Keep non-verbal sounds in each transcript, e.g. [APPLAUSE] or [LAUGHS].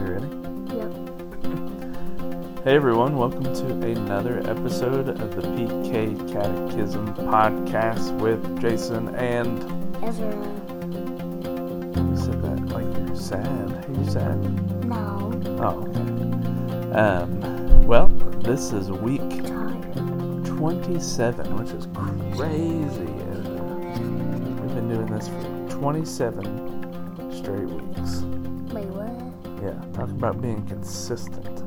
You ready? Yep. Hey everyone, welcome to another episode of the PK Catechism podcast with Jason and. Ezra. You said that like you're sad. Hey, you sad? No. Oh. okay. Um. Well, this is week Tired. 27, which is crazy. Ezra. We've been doing this for 27 straight weeks. Wait, what? Yeah, talk about being consistent.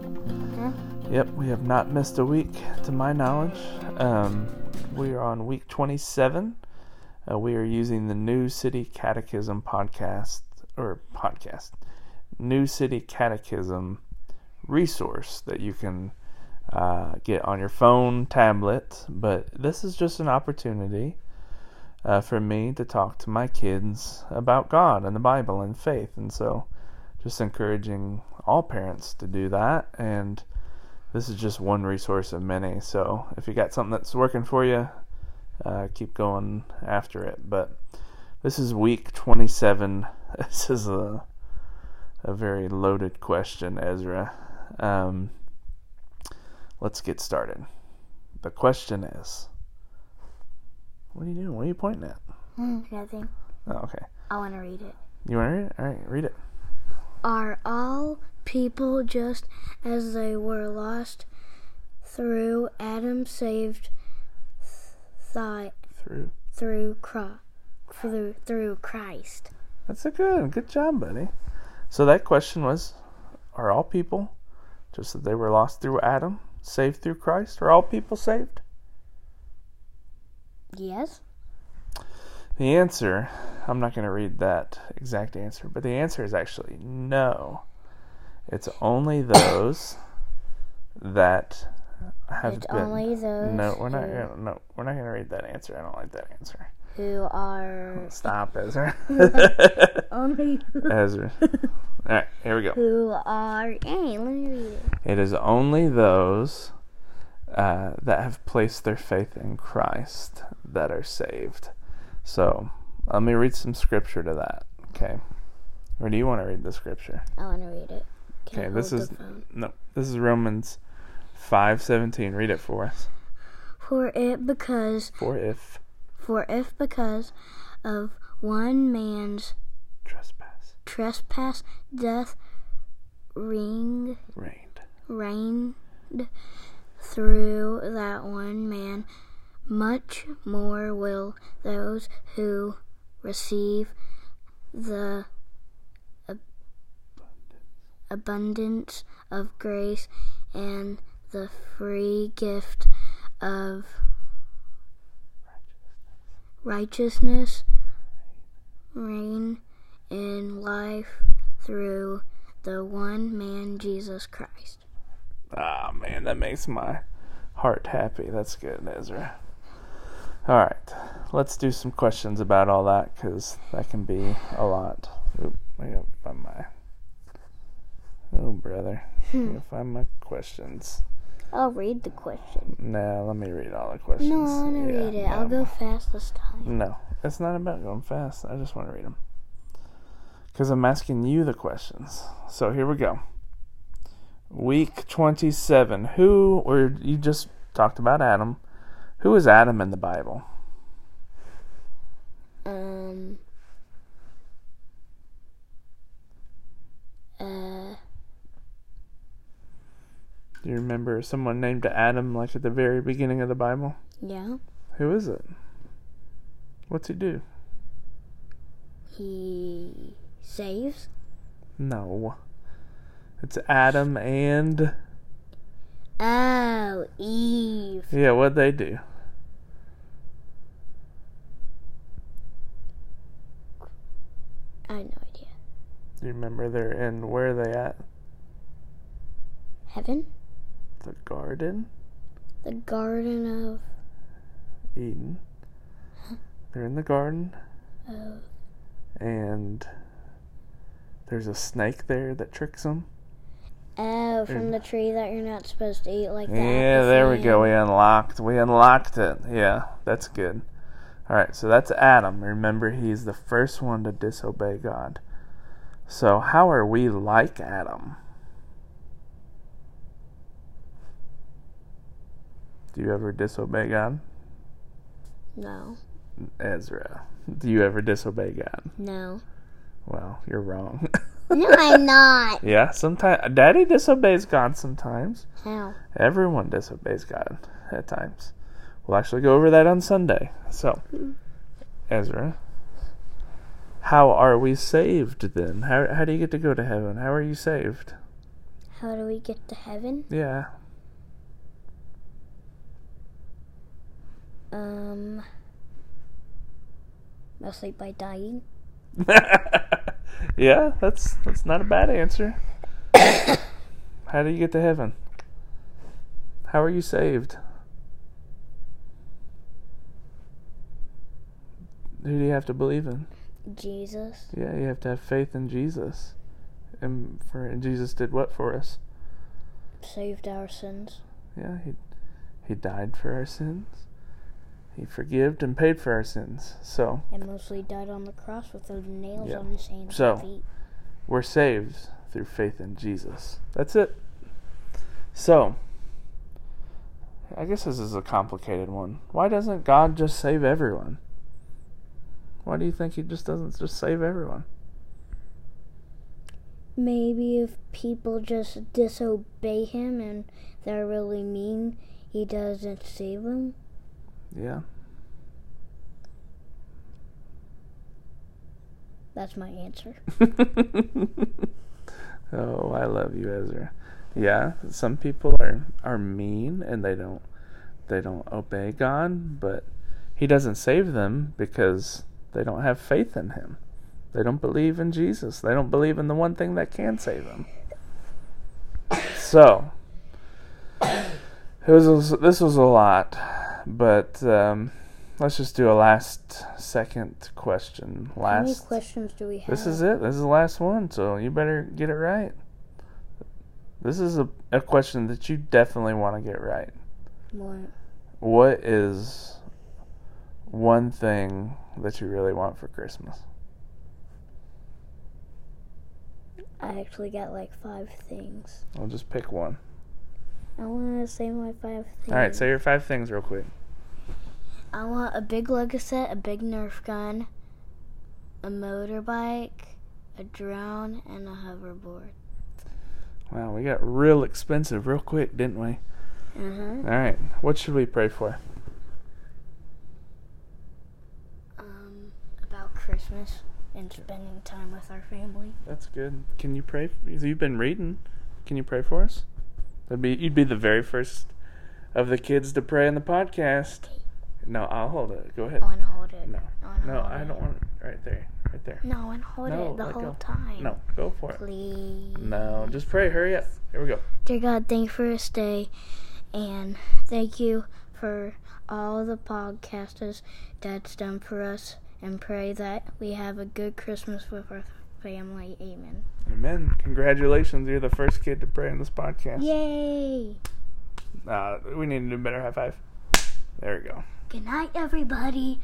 Huh? Yep, we have not missed a week, to my knowledge. Um, we are on week 27. Uh, we are using the New City Catechism podcast, or podcast, New City Catechism resource that you can uh, get on your phone, tablet. But this is just an opportunity uh, for me to talk to my kids about God and the Bible and faith. And so just encouraging all parents to do that. And this is just one resource of many. So if you got something that's working for you, uh, keep going after it. But this is week 27. [LAUGHS] This is a a very loaded question, Ezra. Um, let's get started. The question is, what are you doing? What are you pointing at? Mm, Nothing. Oh, okay. I want to read it. You want to read it? All right, read it. Are all people just as they were lost through Adam saved th- Through. through Christ? Through, through Christ. That's a good. Good job, buddy. So that question was Are all people, just that they were lost through Adam, saved through Christ? Are all people saved? Yes. The answer, I'm not going to read that exact answer, but the answer is actually no. It's only those that have It's been. only those no, we're not. gonna- No, we're not going to read that answer. I don't like that answer. Who are Stop, Ezra. [LAUGHS] only [LAUGHS] [LAUGHS] Ezra. All right, here we go. who are? Hey, let me read it. It is only those uh, that have placed their faith in Christ that are saved. So let me read some scripture to that. Okay. Or do you want to read the scripture? I want to read it. Can I Okay, this hold is the phone? no this is Romans five seventeen. Read it for us. for it because For if For if because of one man's trespass trespass death ring reigned. reigned through that one man, much more will those who receive the ab- abundance of grace and the free gift of righteousness reign in life through the one man Jesus Christ. Ah man, that makes my heart happy. That's good, Ezra. All right, let's do some questions about all that because that can be a lot. Oop, I gotta find my. Oh brother, I Hmm. gotta find my questions. I'll read the question. Nah, let me read all the questions. No, I want to Yeah, read it. I'll no. go fast this time. No, it's not about going fast. I just want to read them. Because I'm asking you the questions. So here we go. Week 27. Who, or you just talked about Adam. Who is Adam in the Bible? Um. Uh, Do you remember someone named Adam like at the very beginning of the Bible? yeah. Who is it? What's he do? He saves No. It's Adam and. Oh, Eve. Yeah, what'd they do? I have no idea. Do you remember they're in where are they at? Heaven? The Garden? The Garden of Eden. They're in the garden, Oh, and there's a snake there that tricks them. oh from the tree that you're not supposed to eat like that. Mm. Yeah, the there we fan. go. We unlocked. We unlocked it. Yeah, that's good. All right, so that's Adam. Remember, he's the first one to disobey God. So, how are we like Adam? Do you ever disobey God? No, Ezra, do you ever disobey God? no, Well, you're wrong. [LAUGHS] no, I'm not. yeah, sometimes Daddy disobeys God sometimes. How? Everyone disobeys God at times. We'll actually go over that on Sunday. So, Ezra, how are we saved then? How, how do you get to go to heaven? How are you saved? How do we get to heaven? Yeah. Um, mostly by dying. [LAUGHS] yeah, that's that's not a bad answer. [COUGHS] how do you get to heaven? How are you saved? Who do you have to believe in? Jesus, Yeah, you have to have faith in Jesus. And for and Jesus did what for us? saved our sins. Yeah, he he died for our sins. He forgived and paid for our sins. So, And mostly died on the cross with those nails Yeah. on his hands So- and feet. we're saved through faith in Jesus. That's it. So, I guess this is a complicated one. Why doesn't God just save everyone? Why do you think he just doesn't just save everyone? Maybe if people just disobey him and they're really mean, he doesn't save them. Yeah. That's my answer. [LAUGHS] oh, I love you, Ezra. Yeah, some people are are mean and they don't they don't obey God, but he doesn't save them because they don't have faith in him. They don't believe in Jesus. They don't believe in the one thing that can save them. So, it was this was a lot, but um, let's just do a last second question. How many Last questions do we have? this is it. This is the last one, so you better get it right. This is a, a question that you definitely want to get right. More. What is one thing that you really want for Christmas? I actually got like five things. I'll just pick one. I want to say my five things. All right, say your five things real quick. I want a big Lego set, a big Nerf gun, a motorbike, a drone, and a hoverboard. Wow, we got real expensive real quick, didn't we? Uh All right, what should we pray for? huh. Um, about Christmas and spending time with our family. That's good. Can you pray? You've been reading. Can you pray for us? That'd be you'd be the very first of the kids to pray in the podcast. No, I'll hold it. Go ahead. I want to hold it. No, I wanna no, hold I it. don't want it. Right there, right there. No, I want to hold No, it the let whole go. time. No, Mm. go for it. Please. No, just pray. Hurry up. Here we go. Dear God, thank you for this day, and thank you for all the podcasters that's done for us, and pray that we have a good Christmas with our family. Amen. Amen. Congratulations, you're the first kid to pray in this podcast. Yay! Uh, we need to do better. High five. There we go. Good night, everybody.